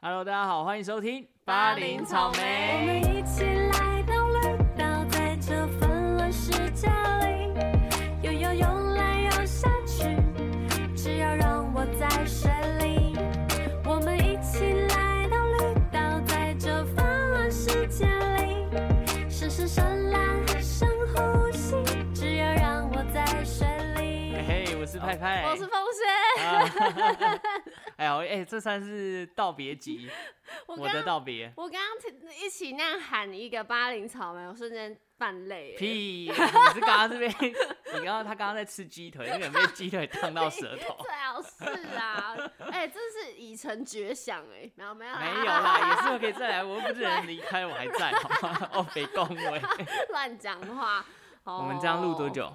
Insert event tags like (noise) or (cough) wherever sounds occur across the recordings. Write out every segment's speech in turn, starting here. Hello，大家好，欢迎收听巴林草我莓们一起来到绿岛，在这纷乱世界里，游游游来游下去，只要让我在水里。我们一起来到绿岛，在这纷乱世界里，深深深蓝深呼吸，只要让我在水里。嘿嘿，我是派派，我是风轩，啊 (laughs) 哈哈哈哎呀，哎，这算是道别集，我我刚的道别。我刚刚听一起那样喊一个巴林草莓，我瞬间犯累耶。 (laughs) 屁！你是刚刚这边， (laughs) 你刚刚他刚刚在吃鸡腿，你有被鸡腿烫到舌 (laughs) 头？最好是啊，哎、真是已成绝响哎、没有没有没啦有啦，也是我可以再来，我又不是人离开，我还在，好吗？ (laughs) 哦，北恭维，乱讲话。我我们这样录多？久？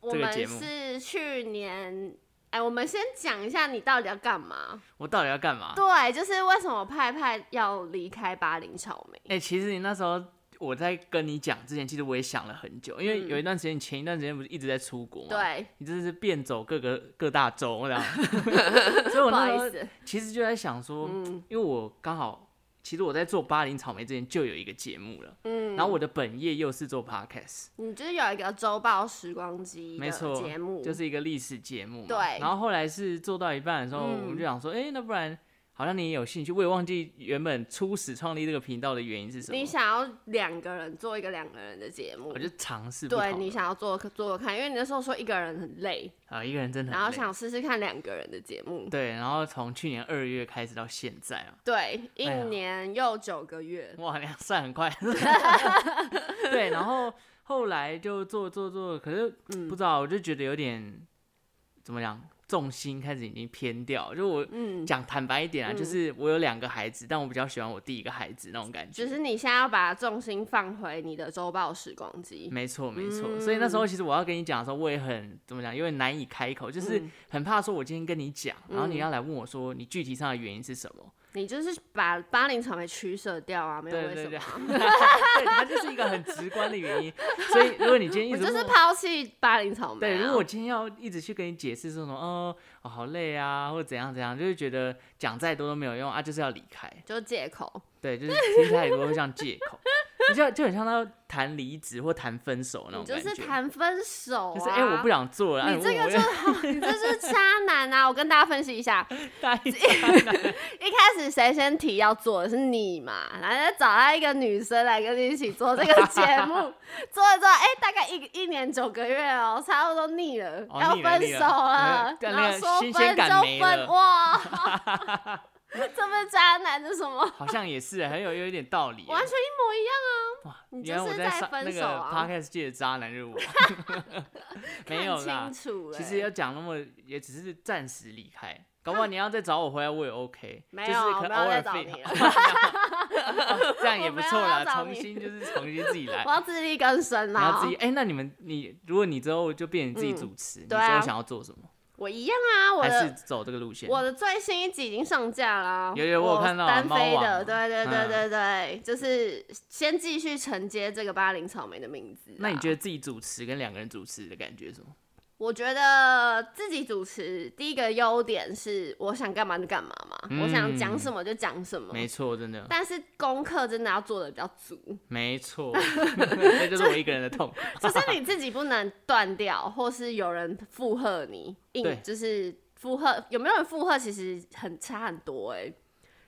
我这个们节目是去年。哎、我们先讲一下你到底要干嘛？我到底要干嘛？对，就是为什么派派要离开巴林草莓？哎、其实你那时候我在跟你讲之前，其实我也想了很久，因为嗯有一段时间，你前一段时间不是一直在出国吗？，对，你真的是遍走各个各大洲这 (laughs) 样。所以不我好那意时候思，其实就在想说，嗯因为我刚好，其实我在做巴林草莓之前就有一个节目了，嗯，然后我的本业又是做 podcast，你就是有一个周报时光机没的错节目，就是一个历史节目嘛。对然后后来是做到一半的时候，嗯我们就想说，哎、那不然好像你也有兴趣，我也忘记原本初始创立这个频道的原因是什么你。想要两个人做一个两个人的节目我，就尝试不对同你的想要做做做看，因为你那时候说一个人很累，啊，一个人真的很然后累想试试看两个人的节目，对，然后从去年二月开始到现在啊，对，一哎呀年又九个月，哇，你算很 (laughs) 快。 (laughs) 对，然后后来就做做做，可是嗯不知道，我就觉得有点怎么讲，重心开始已经偏掉。就我嗯，讲坦白一点啊，就嗯是我有两个孩子，但我比较喜欢我第一个孩子那种感觉。就是你现在要把重心放回你的周报时光机，没错，没错。嗯所以那时候其实我要跟你讲的时候，我也很怎么讲，有点难以开口，就是嗯很怕说我今天跟你讲，然后你嗯要来问我说你具体上的原因是什么。你就是把巴林草莓取舍掉啊，没有对为对什么对 (laughs) 啊。，对，它就是一个很直观的原因。所以如果你今天一我直就是问我抛弃巴林草莓、啊。对，如果我今天要一直去跟你解释说什么哦哦好累啊，或者怎样怎样，就是觉得讲再多都没有用啊，就是要离开。就借口，对，就是听起来也会像借口， (laughs) 你就就很像他谈离职或谈分手那你种就感觉。是谈分手、啊。就是哎、我不想做了，啊你这个问就我 (laughs) 好，你这是渣男啊！我跟大家分析一下，大一一开始谁先提要做的是你嘛，然后再找到一个女生来跟你一起做这个节目， (laughs) 做一做，哎、大概一一年九个月哦，差不多腻了，哦要腻了分腻手了了嗯，对然那后个说新鲜分感没就了分，哇， (laughs) 这不是渣男是什么？好像也是很有有一点道理耶。 (laughs) 完全一模一样啊！哇，你原来就我是在在上分那个手啊 podcast 界的渣男 (laughs) 就是我， (laughs) 没有啦看，清楚了、其实要讲那么，也只是暂时离 (laughs) 开。搞不好你要再找我回来，我也 OK，没就有是可我没有偶再尔找废你 (laughs) 了这样也不错我没有要啦。找重你新就是重新自己来 (laughs) 我，要自力更生啊然啦后自。己哎、那你们你如果你之后就变成自己嗯主持，你之对啊后想要做什么？我一样啊，我还的是走这个路线？我的最新一集已经上架啦，有有我有看到啊单飞猫王的，嘛对对对嗯对对，就是先继续承接这个巴林草莓的名字啊、那你觉得？得自己主持跟两个人主持的感觉是什么？我觉得自己主持第一个优点是我想干嘛就干嘛嘛，嗯我想讲什么就讲什么。没错，真 (laughs) 的，但是功课真的要做的比较足，没 (laughs) 错，这就是我一个人的痛苦。就是你自己不能断掉，或是有人附和你，对硬就是附和有没有人附和，其实很差很多哎、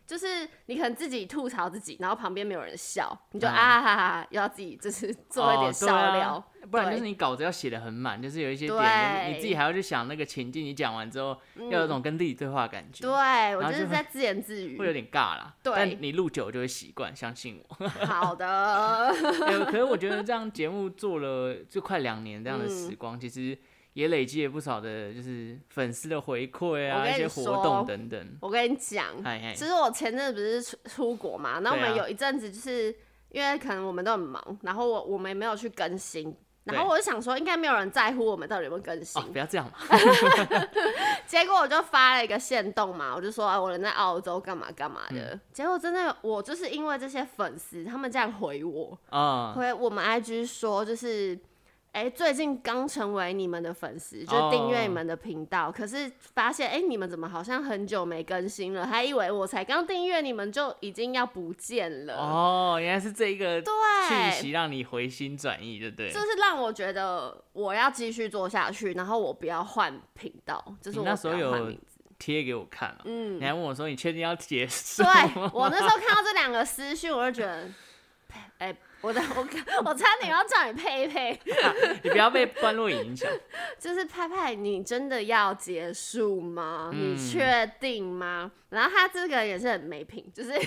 就是你可能自己吐槽自己，然后旁边没有人笑，你就嗯啊哈哈，又要自己就是做一点哦对笑啊料。不然就对是你稿子要写的很满，就是有一些点，就是你对嗯自己还要去想那个情境，你讲完之后要有种跟自己对话的感觉，对我后就就是会在自言自语会。有点尬啦。对但你录久了就会习惯，相信 (laughs) 我。好的， (laughs) 哎可是我觉得这样节目做了就快两年这样的时嗯光，其实也累积了不少的，就是粉丝的回馈我啊，跟一你些活说动等等。我跟你讲，嗨嗨其实我前阵子不是出出国嘛，然后我们哎对啊有一阵子就是、因为可能我们都很忙，然后我我们也没有去更新，然后对我就想说应该没有人在乎我们到底有没有更新哦，，不要这样嘛。结果我就发了一个线动嘛，我就说、啊、我人在澳洲干嘛干嘛嗯的，结果真的我就是因为这些粉丝他们这样回我， (laughs) 啊、回我们 IG 说就是。哎、最近刚成为你们的粉丝，哦就订阅你们的频道可是发现哎、你们怎么好像很久没更新了？还以为我才刚订阅你们就已经要不见了。哦，原来是这一个讯息对，让你回心转意，对不对？就是让我觉得我要继续做下去，然后我不要换频道，就是你我那时候不要换有名字贴给我看嘛，嗯你，还问我说你确定要结束 (laughs) 对吗？我那时候看到这两个私讯，我就觉得，哎、我的我我差点要叫你佩佩， (laughs) 你不要被段落影响。就是派派，你真的要结束吗？嗯你确定吗？然后他这个也是很没品，就是 (laughs)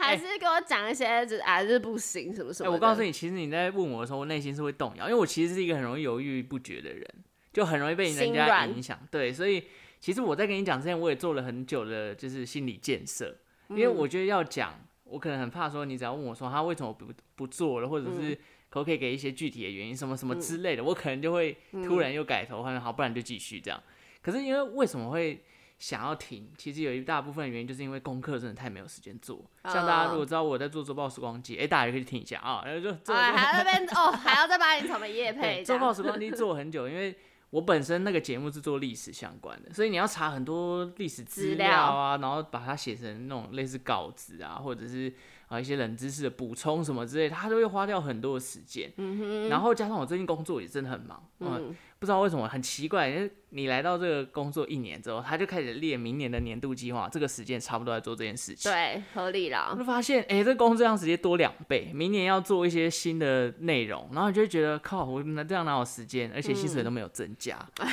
还是跟我讲一些就是啊，就是不行什么什哎、么、我告诉你，你，其实你在问我的时候，我内心是会动摇，因为我其实是一个很容易犹豫不决的人，就很容易被人心家软影响。对，所以其实我在跟你讲之前，我也做了很久的，就是心理建设，嗯因为我觉得要讲，我可能很怕说你只要问我说他为什么不不做了，或者嗯是可不可以给一些具体的原因，什么什么之类的，我可能就会突然又改头换面，好，不然就继续这样。可是因为为什么会？想要停，其实有一大部分原因就是因为功课真的太没有时间做。像大家如果知道我在做周报时光机，哎、大家也可以听一下啊。然后就做、哎，还要那边哦，还要再把你什么夜对，配这周样报时光机 (laughs) 做很久，因为我本身那个节目是做历史相关的，所以你要查很多历史资资料料啊，然后把它写成那种类似稿子啊，或者是啊一些冷知识的补充什么之类的，它都会花掉很多的时间。嗯然后加上我最近工作也真的很忙，嗯，不知道为什么很奇怪，因为你来到这个工作一年之后，他就开始列明年的年度计划，这个时间差不多在做这件事情。对，合理我啦。就发现，哎、这工作量直接多两倍，明年要做一些新的内容，然后你就会觉得，靠，我那这样哪有时间？而且薪水都没有增加，啊，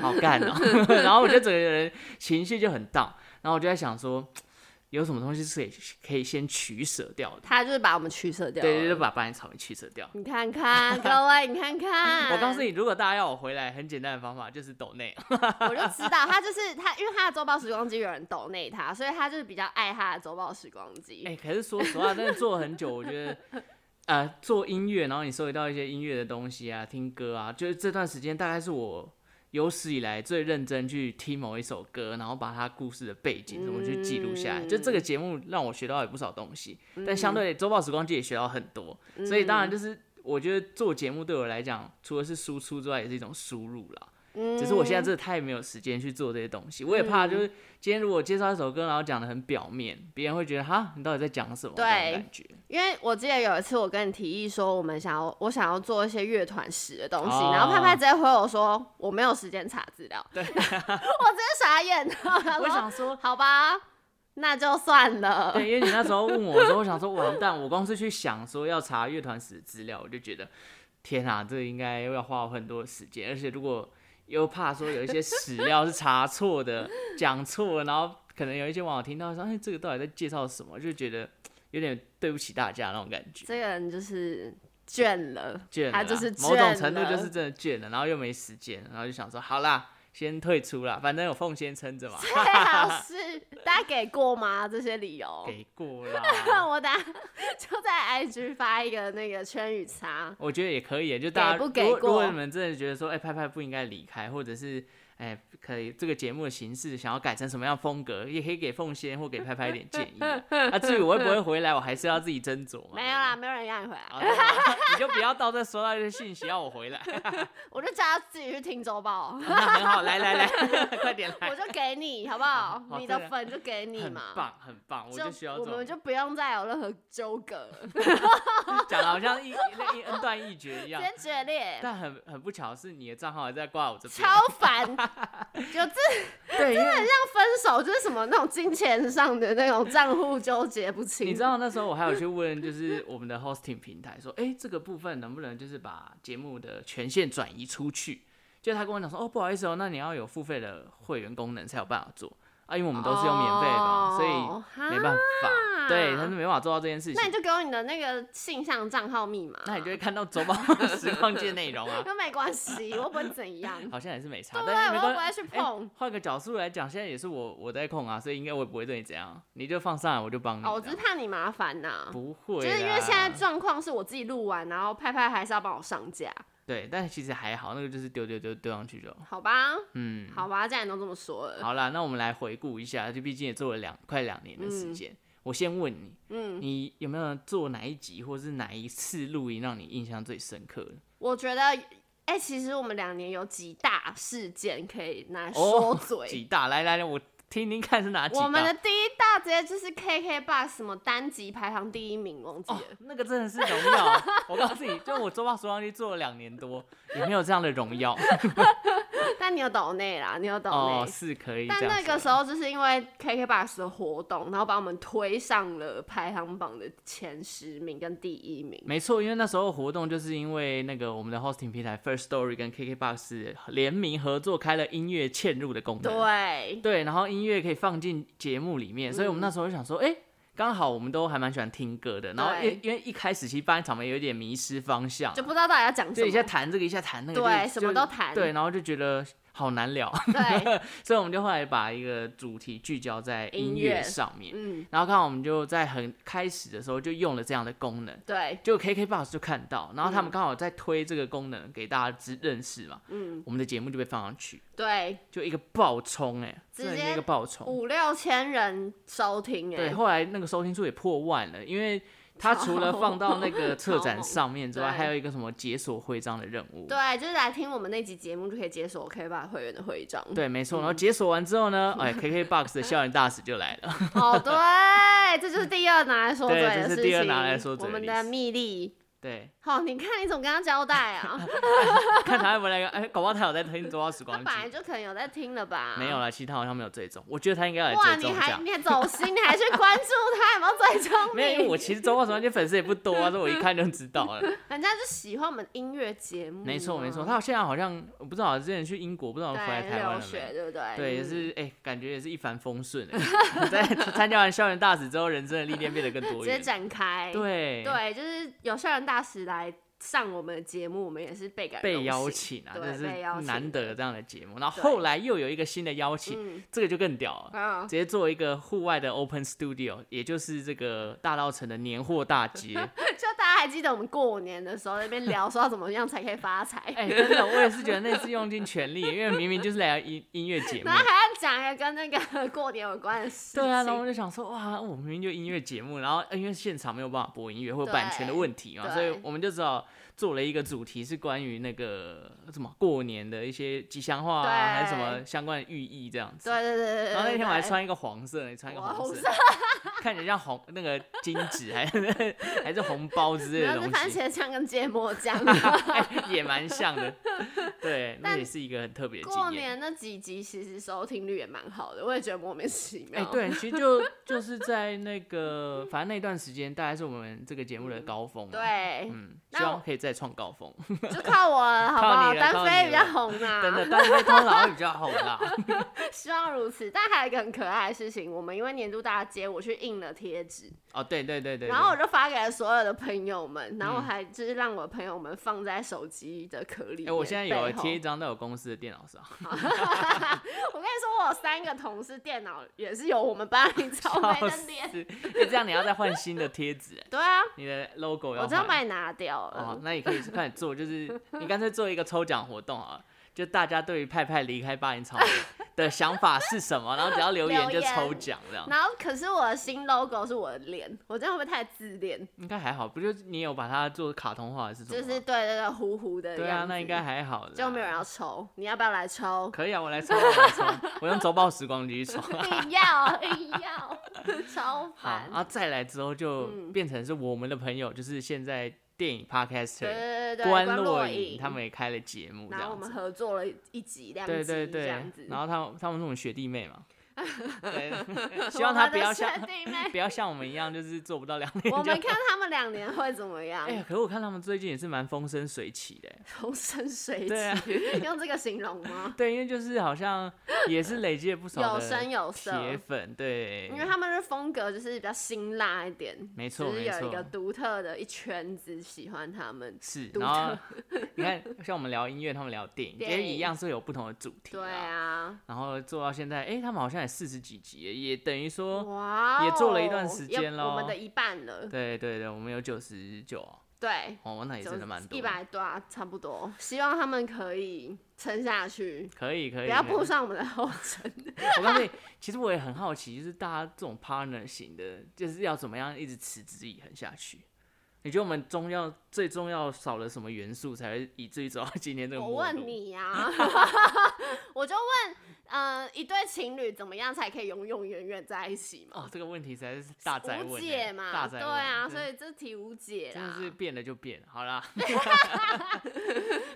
好干哦、 (laughs) 然后我就整个人情绪就很 down，然后我就在想说，有什么东西是可以可以先取舍掉的？他就是把我们取舍掉了，对对，就把把你草莓取舍掉。你看看，各位，你看看，我告诉你，如果大家要我回来，很简单的方法就是抖内。 (laughs) 我就知道他就是他，因为他的周报时光机有人抖内他，所以他就是比较爱他的周报时光机。哎、可是说实话，真的做很久，我觉得，呃，做音乐，然后你收集到一些音乐的东西啊，听歌啊，就是这段时间大概是我有史以来最认真去听某一首歌，然后把它故事的背景什么去记录下来。就这个节目让我学到也不少东西，但相对周报时光机也学到很多，所以当然就是。我觉得做节目对我来讲，除了是输出之外，也是一种输入啦。嗯只是我现在真的太没有时间去做这些东西，我也怕就是今天如果介绍一首歌，然后讲的很表面，别人会觉得哈，你到底在讲什么？对这种感觉。因为我记得有一次我跟你提议说，我们想要我想要做一些乐团史的东西，哦然后派派直接回我说我没有时间查资料，对 (laughs) 我直接傻眼。然后他我说想说，好吧，那就算了。对，因为你那时候问我的时候，我想说完蛋，我光是去想说要查乐团史资料，我就觉得天啊，这个应该要花我很多时间，而且如果又怕说有一些史料是查错的、讲错了，然后可能有一些网友听到说，哎，这个到底在介绍什么，就觉得有点对不起大家那种感觉。这个人就是倦了，倦了啦，他啊就是倦某种程度就了 (laughs) 是真的倦了，然后又没时间，然后就想说好啦，先退出啦，反正有缝先撑着嘛，最好是哎大家给过吗？这些理由， (laughs) 给过那 (laughs) 啦。我等下就在 IG 发一个那个圈与叉。我觉得也可以，就大家给不给如果如果过你们真的觉得说，哎、拍拍不应该离开，或者是哎、可以这个节目的形式想要改成什么样风格，也可以给凤仙或给拍拍一点建议 (laughs) 啊。啊，至于我会不会回来，我还是要自己斟酌嘛。没有啦，没有人让你回好。来，真的吗你就不要到这收到一些信息要我回来， (laughs) 我就叫他自己去听周报，那很好，来来来， (laughs) 快点来我，就 (laughs) 给你，好不好？好你这个的粉就给你很嘛，棒很棒，我就需要这我种们就不用再有任何纠葛了， (laughs) 讲的好像一一那一恩断义绝一直样。接决裂，但很很不巧的是，你的账号还在挂我这边。超 (laughs) 烦。就这对，因为样分手就是什么那种金钱上的那种账户纠结不清，你知道那时候我还有去问，就是我们的 hosting 平台说，哎、这个部分能不能就是把节目的权限转移出去？就他跟我讲说，哦，不好意思哦，那你要有付费的会员功能才有办法做啊，因为我们都是用免费的嘛，哦所以没办法，哈对，他是没办法做到这件事哦啊那你情。就给我你的那个信箱账号密码，那你就会看到周报实况界内容啊，又没关系，我又不会怎样。好像也是没差，对啊但是我没又关不会去哎碰换、个角度来讲，现在也是我我在控啊，所以应该我也不会对你怎样，你就放上来我就嗯帮你这哦，样。我只是怕你麻烦呐、不会啦，就是因为现在状况是我自己录完，然后派派还是要帮我上架，对，但其实还好，那个就是丢丢丢丢上去就好，好吧？嗯，好吧，既然你都这么说了，好啦，那我们来回顾一下，就毕竟也做了两快两年的时间。我先问你，嗯你有没有做哪一集或是哪一次录音让你印象最深刻的？我觉得，哎、其实我们两年有几大事件可以拿来说哦，嘴。 (laughs) 几大？来来来，我听听看是哪几大。我们的第一大直接就是 KKBOX 什么单集排行第一名，忘记哦了。，那个真的是荣耀。 (laughs) 我告诉你，就我周报时光机做了两年多，也没有这样的荣耀。 (laughs) 但你有抖内啦，你有抖内。哦，是可以这样欸但说。那个时候就是因为 KKBOX 的活动，然后把我们推上了排行榜的前十名跟第一名。没错，因为那时候活动就是因为那个我们的 hosting 平台 First Story 跟 KKBox 联名合作开了音乐嵌入的功能。对，嗯对，然后音乐可以放进节目里面，所以我们那时候就想说，哎、刚好我们都还蛮喜欢听歌的，然后因因对为一开始其实班场们有点迷失方向就，不知道到底要讲什就一下么。弹这个，一下弹那个，对就什么都弹对，然后就觉得好难聊，对， (laughs) 所以我们就后来把一个主题聚焦在音音乐乐上面，嗯，然后刚好我们就在很开始的时候就用了这样的功能。对，就 KKBox 就看到，然后他们刚好在推这个功能给大家知认识嘛，嗯，我们的节目就被放上去，对，就一个爆冲哎、直真的是接一个爆冲，五六千人收听对，哎，后来那个收听数也破万了，因为它除了放到那个策展上面之外， (laughs) 超猛对还有一个什么解锁徽章的任务，对，就是来听我们那集节目就可以解锁 KKBOX 会员的徽章。对，没错，然后解锁完之后呢，哎，KKBox 的校园大使就来了， (laughs) 哦，对，这就是第二拿来说对嘴这的是事情。第二拿来说嘴的我们例的子蜜莉。对，好、你看你怎么跟他交代 (laughs) 啊？ (laughs) 看他会来个，哎，搞不好他有在听《周报时他光本机来》，就可能有在听了吧？没有啦，其实他好像没有追踪，我觉得他应该来哇，追踪你一下还。你还走心，你还去关注他有没有最 (laughs) 终你？没有，因为我其实周报时光机粉丝也不多啊，所以我一看就知道 (laughs) 了。人家就喜欢我们音乐节目啊、没错没错，他现在好像我不知道之前去英国，不知道回来对台湾留了学没？对不对？对，也嗯是哎、感觉也是一帆风顺、 (laughs) 欸。在参加完校园大使之后，人生的历练变得更直多接元。展开。对对，就是有校园大使来上我们的节目，我们也是倍感被荣邀幸。请啊，对这是被邀请难得有这样的节目。然后对后来又有一个新的邀请，嗯这个就更屌了。啊 (laughs) 直，接做一个户外的 open studio，也就是这个大稻城的年货大 (laughs) 街。就大家还记得我们过年的时候在那边聊说要怎么样才可以发财，哎、真的，我也是觉得那次用尽全力，因为明明就是来音音乐 (laughs) 节目然，后还要讲一个跟那个 (laughs) 过年有关的事情。对啊，然后我就想说，哇，我们明明就音乐节目，然后呃因为现场没有办法播音乐，会有版权的问题嘛，对所以我们就只好做了一个主题，是关于那个什么过年的一些吉祥话对啊，还是什么相关的寓意这样子。对对对对对对。然后那天我还对穿一个黄色，你穿一个哇红红色， (laughs) 看起来像红那个金纸，还还是红包之类没的有是东番西，茄酱跟芥末 (laughs) 酱。 (laughs) 哎也蛮像的。对，那但也是一个很特别的过经验。年那几集其实收听率也蛮好的，我也觉得莫名其哎、妙。对，其实就 (laughs) 就是在那个，反正那段时间大概是我们这个节目的高峰、啊。对，嗯，那希我望可以再创高峰。就靠我 (laughs) 了，好不好？靠你了靠单飞你比了较红真的，啊，但是通常会比较好 (laughs) 啦。希望如此。但还有一个很可爱的事情，我们因为年度大街，我去印了贴纸，哦，对对对对。然后我对就发给了所有的朋友们，然后我嗯还就是让我的朋友们放在手机的壳里哎、面。我现在有背后贴一张在我公司的电脑上，我跟你说，我有三个同事电脑也是有我们班 (laughs) 林超梅笑的死脸。因哎为这样你要再换新的贴纸、哎对啊，你的 logo 要我换。真要把你拿掉哦了，。那你可以快点做，就是 (laughs) 你干脆做一个抽奖活动啊，就大家对于派派离开八音草莓 (laughs) 的想法是什么，然后只要留言留就言抽奖这样。然后，可是我的新 logo 是我的脸，我这样会不会太自恋？应该还好，不就是你有把它做卡通化还是什么就吗？是对对对，糊糊的样子。对啊，那应该还好啦。就没有人要抽，你要不要来抽 (laughs) ？可以啊，我来抽，我来抽，我用周报时光机去抽。啊 (laughs) 硬要硬要， (laughs) 超好，烦嗯然。后再来之后就变成是我们的朋友，就是现在电影对 podcaster 对对对，关洛洛影他们也开了节目，这然后我样们子。合作了一集两对集对这对样子，。然后他们他们是我们学弟妹 (laughs) 嘛，对，希我望他们不的要学像 (laughs) 弟妹不要像我们一样，就是做不到两年我就们。看他们两年会怎么样哎，呀，可是我看他们最近也是蛮风生水起的，欸风生水对啊起， (laughs) 用这个形容吗？对，因为就是好像也是累积了不 (laughs) 少有的声有色铁粉，对，因为他们的风格就是比较辛辣一点，没错就是没有错一个独特的一圈子喜欢他们。是，啊独然后你看，像我们聊音乐，他们聊电影，其电实一影样是有不同的主题。对。啊，然后做到现在，哎、他们好像也四十几集耶，也等于说，哇哦，也做了一段时也间咯我们的一半了。对对对，我们有九十九对，哦，那也真的蛮多一的，百多啊，差不多。希望他们可以撑下去，可以可不以。要可以步上我们的后尘。我告诉你，其实我也很好奇，就是大家这种 partner 型的，就是要怎么样一直持之以恒下去。你觉得我们中药最重要少了什么元素，才会以至于走到 (laughs) 今天这个？我问，你呀、 (laughs) 我就问，呃，一对情侣怎么样才可以永永远远在一起嘛？哦，这个问题实在是大灾无问欸，解嘛，大灾对问啊，所真以这题无解真的啊，是变了就变，好啦，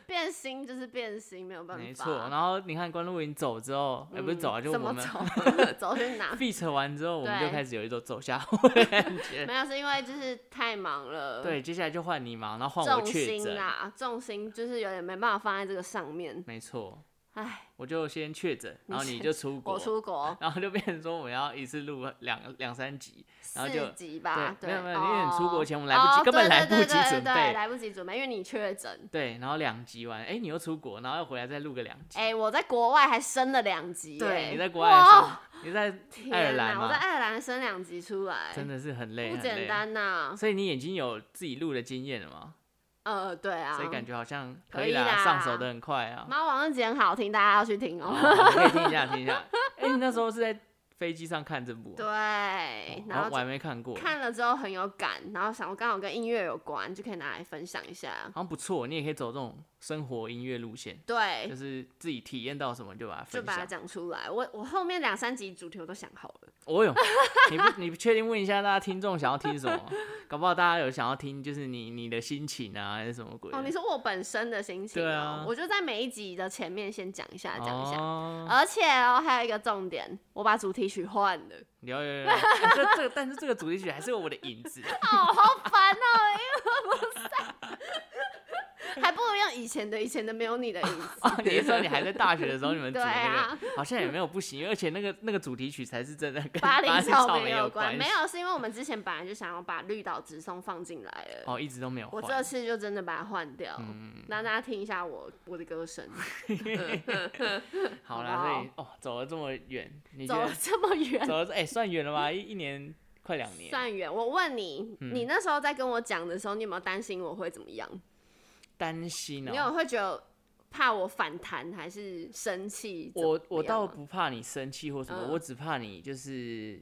变心就是变心，没有办法。嗯没错。然后你看关露营走之后，哎、不是走啊，就我怎么们走？ (laughs) 走去哪？ feat 完之后，我们就对开始有一种走 (laughs) 下坡的感觉。没有，是因为就是太忙了，， (laughs) 对，接下来就换你嘛，然后换我重确心诊，啦，重心就是有点没办法放在这个上面，没错，唉，我就先确诊，然后你确就出国，我出国然后就变成说我们要一次录两两三集，然后就四级吧，对对，没有没有因为你出国前我们来不哦及根本对来对不对及对准对备来不及准备，因为你确诊。对，然后两集完，哎、你又出国，然后又回来再录个两集。哎、我在国外还升了两级耶、对，你在国外哇的时候，你在天爱尔兰呐，我在嘛，爱尔兰升两级出来，真的是很累，不很简累。单呐、所以你已经有自己录的经验了嘛，呃，对啊，所以感觉好像可以以啦，啦上手的很快啊。妈王那集很好听，大家要去听好哦。好可以听一下，听一下。哎，你那时候是在飞机上看这部啊？对，然哦后我还就没看过，好看了之后很有感，然后想我刚好跟音乐有关，就可以拿来分享一下。像不错，你也可以走这种生活音乐路线，就对，是自己体验到什么就把它哎就分把它享。讲出来。我我后面两三集主题我都想好了。哦哟，你不 (laughs) 你不确定问一下大家听众想要听什么？ (laughs) 搞不好大家有想要听，就是你你的心情啊，还是什么鬼的？哦，你说我本身的心情、哦，对啊我就在每一集的前面先讲一下，讲一下。哦而且哦，还有一个重点，我把主题曲换了，有有有，有哎这这个但是这个主题曲还是有我的影子。 (laughs) 哦，好烦哦，因为我不在， (laughs) 还不如用以前的，以前的没有你的影子。 (laughs) 哦，你是说你还在大学的时候，你 (laughs) 们组对那个、啊好像也没有不行，而且那个那个主题曲才是真的跟巴黎黎少草年莓有关，系没有是因为我们之前本来就想要把绿岛直送放进来了，哦，一嗯直都没有换。我 (laughs) 这次就真的把它换掉，让大家听一下我我的歌声，好好啦，不好所以哦，走了这么远，你觉走得了这么远。走了这哎、算远了吧？一一年快两年，算远，我问你，嗯你那时候在跟我讲的时候，你有没有担心我会怎么样？担心你哦。有会觉得怕我反弹还是生气怎么样啊我我吗？倒不怕你生气或什么，嗯我只怕你就是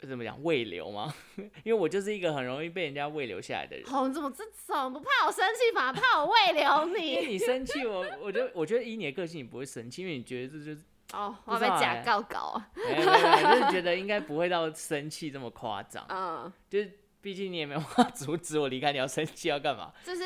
怎么讲胃流吗？ (laughs) 因为我就是一个很容易被人家胃流下来的人。哦，你怎么这种不怕我生气，反而怕我喂留因为你？你生气，我我觉得我觉得以你的个性，你不会生气，因为你觉得这就是哦，不我知被道假欸告告啊，没有没有，没有就是觉得应该不会到生气这么夸张，嗯， (laughs) 就是毕竟你也没有办法阻止我离开，你要生气要干嘛？就是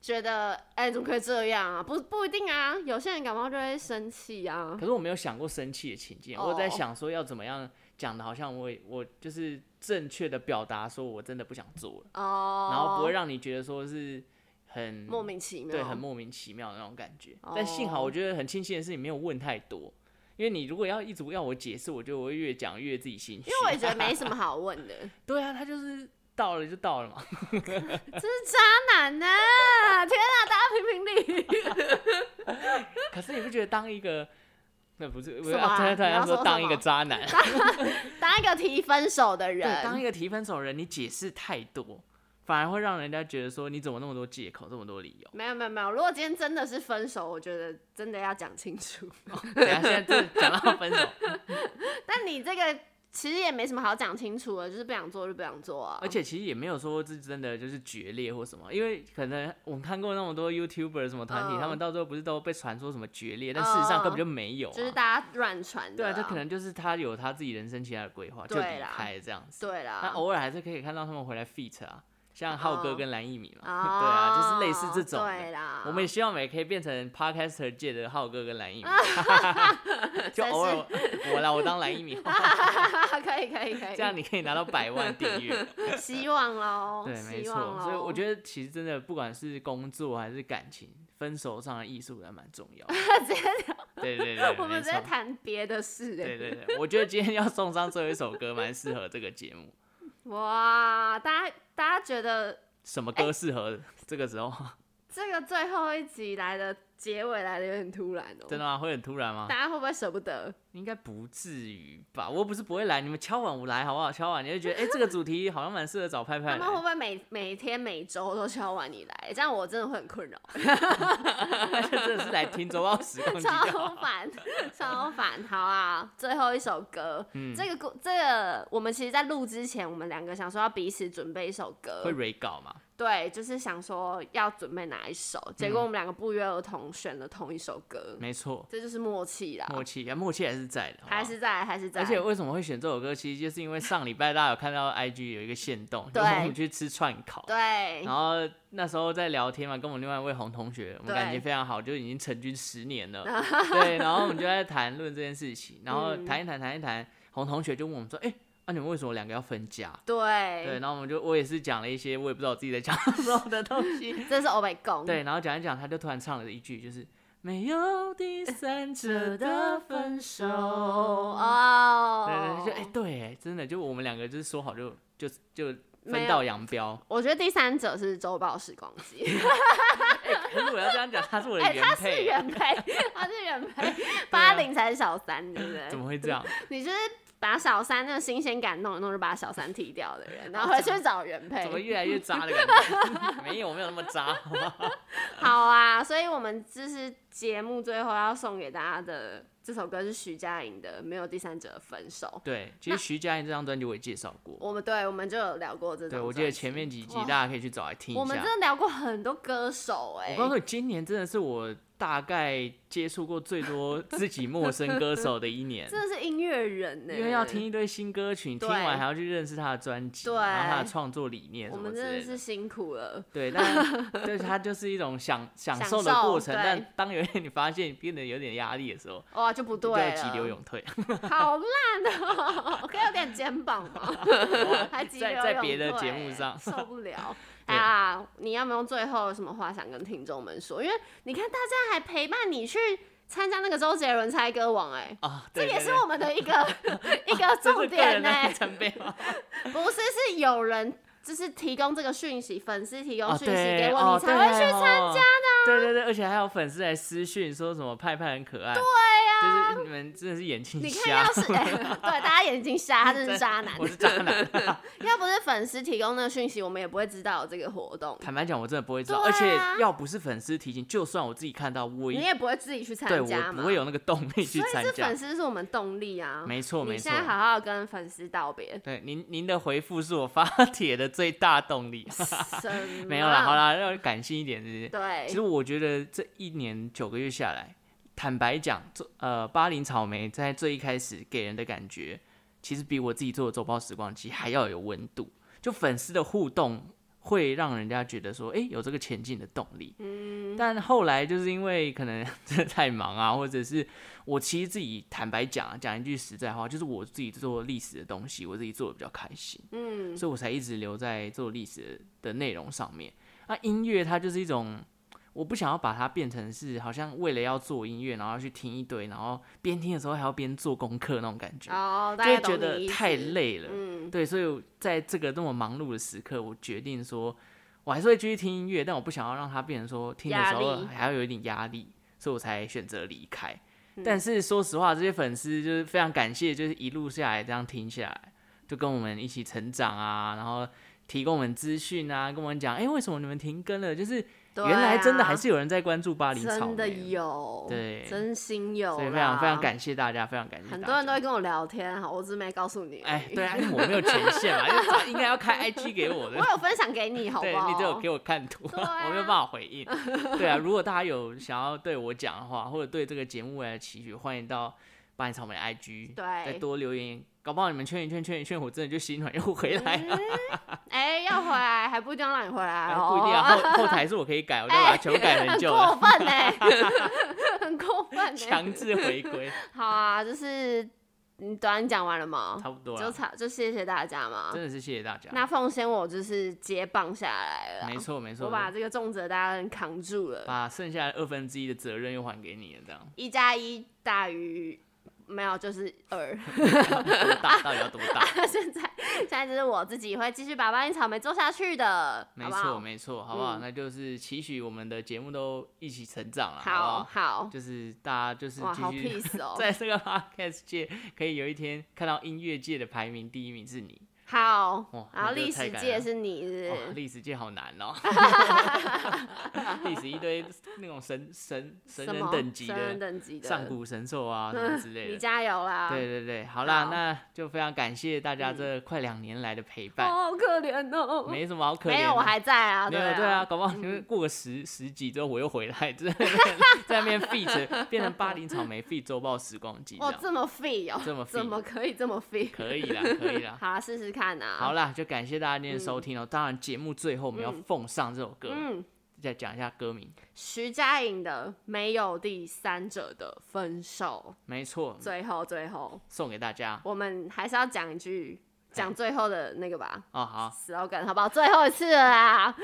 觉得哎、怎么可以这样啊？不不一定啊，有些人感冒就会生气啊。可是我没有想过生气的情境，哦我在想说要怎么样讲的，好像我也我就是正确的表达说我真的不想做了，哦，然后不会让你觉得说是很莫名其妙，对很莫名其妙的那种感觉哦。但幸好我觉得很庆幸的是你没有问太多，因为你如果要一直要我解释，我觉得我会越讲越自己心虚因。为我也觉得没什么好问 (laughs) 的， (laughs) 对啊，他就是到了就到了嘛。 (laughs) 这是渣男呢、啊！ (laughs) 天哪、大家评评 (laughs) 理。可是你不觉得当一个，那不是，我什么啊突然突然你要要说说当什一么个渣男，当一个提分手的对，当人，一个提分手人，你解释太多，反而会让人家觉得说你怎么那么多借口，这么多理由。 (laughs) 没有没有没有，如果今天真的是分手，我觉得真的要讲清 (laughs) 楚。等一下啊现在这讲到分手，但你这个其实也没什么好讲清楚的，就是不想做就不想做啊。而且其实也没有说是真的就是决裂或什么，因为可能我们看过那么多 YouTuber 什么团体，嗯他们到最后不是都被传说什么决裂，但事实上根本就没有、啊。就是大家乱传的对啦。啊，就可能就是他有他自己人生其他的规划，就对离啦啊开这样子。对啦。但偶尔还是可以看到他们回来 feat 啊，像浩哥跟蓝一米嘛，哦对啊，就是类似这种的。对啦，我们也希望我们也可以变成 podcaster 界的浩哥跟蓝一鸣，就偶尔我啦，我当蓝一 (laughs) 鸣， (laughs) 可以可以可以，这样你可以拿到百万订阅。希望喽，对，没希错。望喽哦所以我觉得其实真的不管是工作还是感情，分手上的艺术还蛮重 (laughs) 要的。对对对，我们没在错。谈别的事，欸对对对，我觉得今天要送上最后一首歌，蛮适合这个节目。哇，大家大家觉得什么歌适合这个时候？ (laughs) 这个最后一集来的结尾来的有点突然哦，真的吗？会很突然吗大？家会不会舍不得？应该不至于吧？我又不是不会来，你们敲碗我来好不好？敲碗你就觉得，哎、这个主题好像蛮适合找派他派们会不来。会每每天每周都敲完你来？这样我真的会 (laughs) 很困扰，真的是来听周报时光机就超好。烦，超烦。好啊，最后一首歌，嗯这个故这个我们其实，在录之前，我们两个想说要彼此准备一首歌会，re 稿嘛？对，就是想说要准备哪一首，结果我们两个不约而同选了同一首歌，嗯没错，这就是默契啦，默契啊，默契还是在的，好不好还是在，还是在，而且为什么会选这首歌，其实就是因为上礼拜大家有看到 IG 有一个限动，就对是我们去吃串烤，对然后那时候在聊天嘛，跟我们另外一位红同学，我们对感情非常好，就已经成军十年 (laughs) 了，对，然后我们就在谈论这件事情，然后嗯谈一谈，谈一谈，红同学就问我们说，哎、那、你们为什么两个要分家？对，对，然后我们就我也是讲了一些我也不知道我自己在讲什么的东西， (laughs) 这是 Oh My God，对，然后讲一讲，他就突然唱了一句，就是没有第三者的分手。哦，对对，就哎、对哎，真的就我们两个就是说好就就就没分有道扬镳。 (laughs) 我觉得第三者是周报时光机，可是我要这样讲，他是我的哎、原他是配，啊原配，他是原配，八零才是小三，对不对？ (laughs) 怎么会这样？你就是把小三那个新鲜感弄一弄，就把小三踢掉的人，然后回去找原啊怎么配。越来越渣的感觉？ (laughs) 没有，没有那么渣。好 (laughs) 吗好啊，所以我们就是节目最后要送给大家的这首歌是徐佳莹的《没有第三者的分手》。对，其实徐佳莹这张专辑我也介绍过，我们对，我们就有聊过这对种。我记得前面几集哇大家可以去找来听我一们下。真的聊过很多歌手哎、我告诉你，今年真的是我大概接触过最多自己陌生歌手的一年。真的是音乐人呢、欸因为要听一堆新歌曲，你听完对还要去认识他的专辑，对然后他的创作理念我什么们之真的类是的。辛苦了。对，但对它就是一种享享享受的受过程。对但当有一天你发现你变得有点压力的时候，哇，就不对就了，要急流勇退， (laughs) 好烂哦、 (laughs) 可以有点肩膀 (laughs) 吗？还急流在勇在别的退节目上受不了。 (laughs) 对啊，你要不要最后有什么话想跟听众们说？因为你看大家还陪伴你去参加那个周杰伦猜歌王、哎。啊！这对也对是对我们的一个 (laughs) 一个这重是个点欸人 (laughs) 呢、的里程碑 (laughs) 吗？不是是有人就是提供这个讯息，粉丝提供啊，讯息给对，我，哦你才会去参加。啊的。对对对，而且还有粉丝来私讯说什么派派很可爱，对呀，就是你们真的是眼睛你看，瞎要，是、 (laughs) 哎，对大家眼睛瞎，他真是渣男我。是 (laughs) 渣男。 (laughs) 要不是粉丝提供那个讯息，我们也不会知道有这个活动，坦白讲，我真的不会知道，对而且啊要不是粉丝提醒，就算我自己看到，我你也也不会自己去参对加我不嘛。会有那个动力去所以参这加粉。丝是我们动力啊。没错没你错。现，在好好跟粉丝道别对您您的回复是我发帖的最大动力。什么 (laughs) 没有啦，好。啦，要感性一点，是不是？嗯对其，实我觉得这一年九个月下来，坦白讲，做呃巴林草莓在最一开始给人的感觉，其实比我自己做的周报时光机还要有温度。就粉丝的互动会让人家觉得说，哎、有这个前进的动力。嗯。但后来就是因为可能 (laughs) 真的太忙啊，或者是我其实自己坦白讲啊，讲一句实在话，就是我自己做历史的东西，我自己做的比较开心。嗯，所以我才一直留在做历史的内容上面。那、音乐它就是一种，我不想要把它变成是好像为了要做音乐，然后去听一堆，然后边听的时候还要边做功课那种感觉，哦，大就会家觉懂你得意思太。累了。嗯，对，所以我在这个那么忙碌的时刻，我决定说，我还是会继续听音乐，但我不想要让它变成说听的压时候力还要有一点压力，所以我才选择离开。嗯但是说实话，这些粉丝就是非常感谢，就是一路下来这样听下来，就跟我们一起成长啊，然后提供我们资讯啊，跟我们讲，哎、为什么你们停更了？就是对啊原来真的还是有人在关注巴黎草莓，真的有，对真心有啦，所以非常非常感谢大家，非常感谢大家。很多人都会跟我聊天哈，我只是没告诉你。哎，对，啊，因为我没有权限嘛，因为早应该要开 IG 给 (laughs) 我的。我有分享 (laughs) 给你，好对不好？你只有给我看图， (laughs) 对啊我没有办法回应。对啊，如果大家有想要对我讲的话，或者对这个节目未来的期许，欢迎到八点草莓的 IG，再对多留言，搞不好你们劝一劝劝一劝，我真的就心软又回来了，哎、要回来还不一定要让你回来哎哦，不一定啊。后后台是我可以改，我就把它全部改成哎很旧过的，分呢、欸 (laughs) 很过分欸呢、强制回归，好啊，就是你短讲完了吗？差不多就了。差就谢谢大家嘛真。的是谢谢大家，那奉先我就是接棒下来了，没，错没我错，把这个重责大任扛住了，把剩下的二分之一的责任又还给你了，这样。一加一大于没有，就是二。 (laughs) 多大到底要多大？现在现在就是我自己会继续把万应草莓做下去的，没好不错，好？没错，好不好？嗯那就是期许我们的节目都一起成长了，好好不好？好，就是大家就是哇，好继续 (laughs) peace 哦，在这个 podcast 界，可以有一天看到音乐界的排名第一名是你，哇好。然那后这个历太史感界人是你是哇不是，历史界好难 (laughs) 哦，历史一堆那种神神神什人么等级神人的等级的上古神兽啊什么嗯之类你的。加油啦！对对对，好啦，好那就非常感谢大家这快两年来的陪哦，伴，好可怜哦，没什么好可怜的。没有，我还在啊，没有啊，对啊，搞不好你会过个十十几之后我又回来，在 (laughs) (laughs) 在那边 feat 变成巴黎草莓 feat 周报时光机这哦，样，这么废哦，这么 fit 怎么可以这么废？可以啦，可以啦。 (laughs) 好啊，试试看呐。好，啦，就感谢大家今天的收听哦。当然，节目最后我们要奉上这首歌，嗯，再讲一下歌名。徐佳莹的《没有第三者的分手没错》，，最后最后，送给大家我们还是要讲一句，讲最后的那个吧哦。好， ，slogan 好不好？最后一次了啦，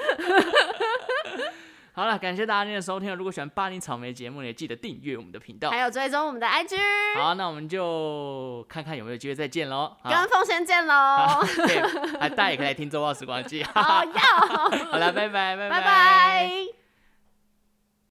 好了，感谢大家今天的收听哦。如果喜欢巴黎草莓节目呢，也记得订阅我们的频 (laughs) 道还。有追踪我们的 IG，好，那我们就看看有没有机会再见喽。好跟凤仙见喽，好， (laughs) 对，啊，大家也可以来听周报时光机。好要， (laughs) 好了，拜拜，拜拜拜。